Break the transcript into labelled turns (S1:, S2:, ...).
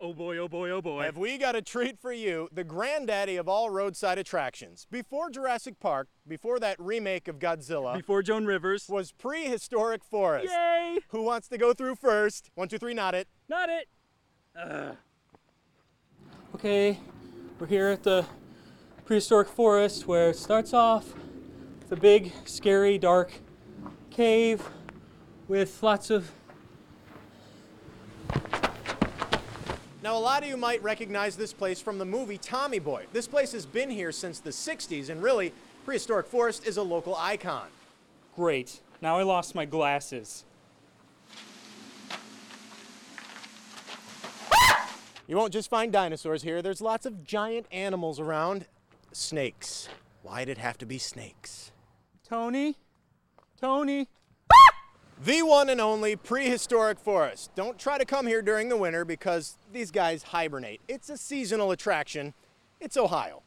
S1: Oh boy, oh boy, oh boy.
S2: Have we got a treat for you, the granddaddy of all roadside attractions. Before Jurassic Park, before that remake of Godzilla,
S1: Before Joan Rivers.
S2: was prehistoric forest.
S1: Yay!
S2: Who wants to go through first? One, two, three, not it.
S1: Not it. Okay, we're here at the prehistoric forest where it starts off with a big, scary, dark cave with lots of.
S2: Now, a lot of you might recognize this place from the movie Tommy Boy. This place has been here since the 60s, and really, prehistoric forest is a local icon.
S1: Great. Now I lost my glasses.
S2: You won't just find dinosaurs here, there's lots of giant animals around. Snakes. Why'd it have to be snakes?
S1: Tony? Tony?
S2: The one and only prehistoric forest. Don't try to come here during the winter because these guys hibernate. It's a seasonal attraction. It's Ohio.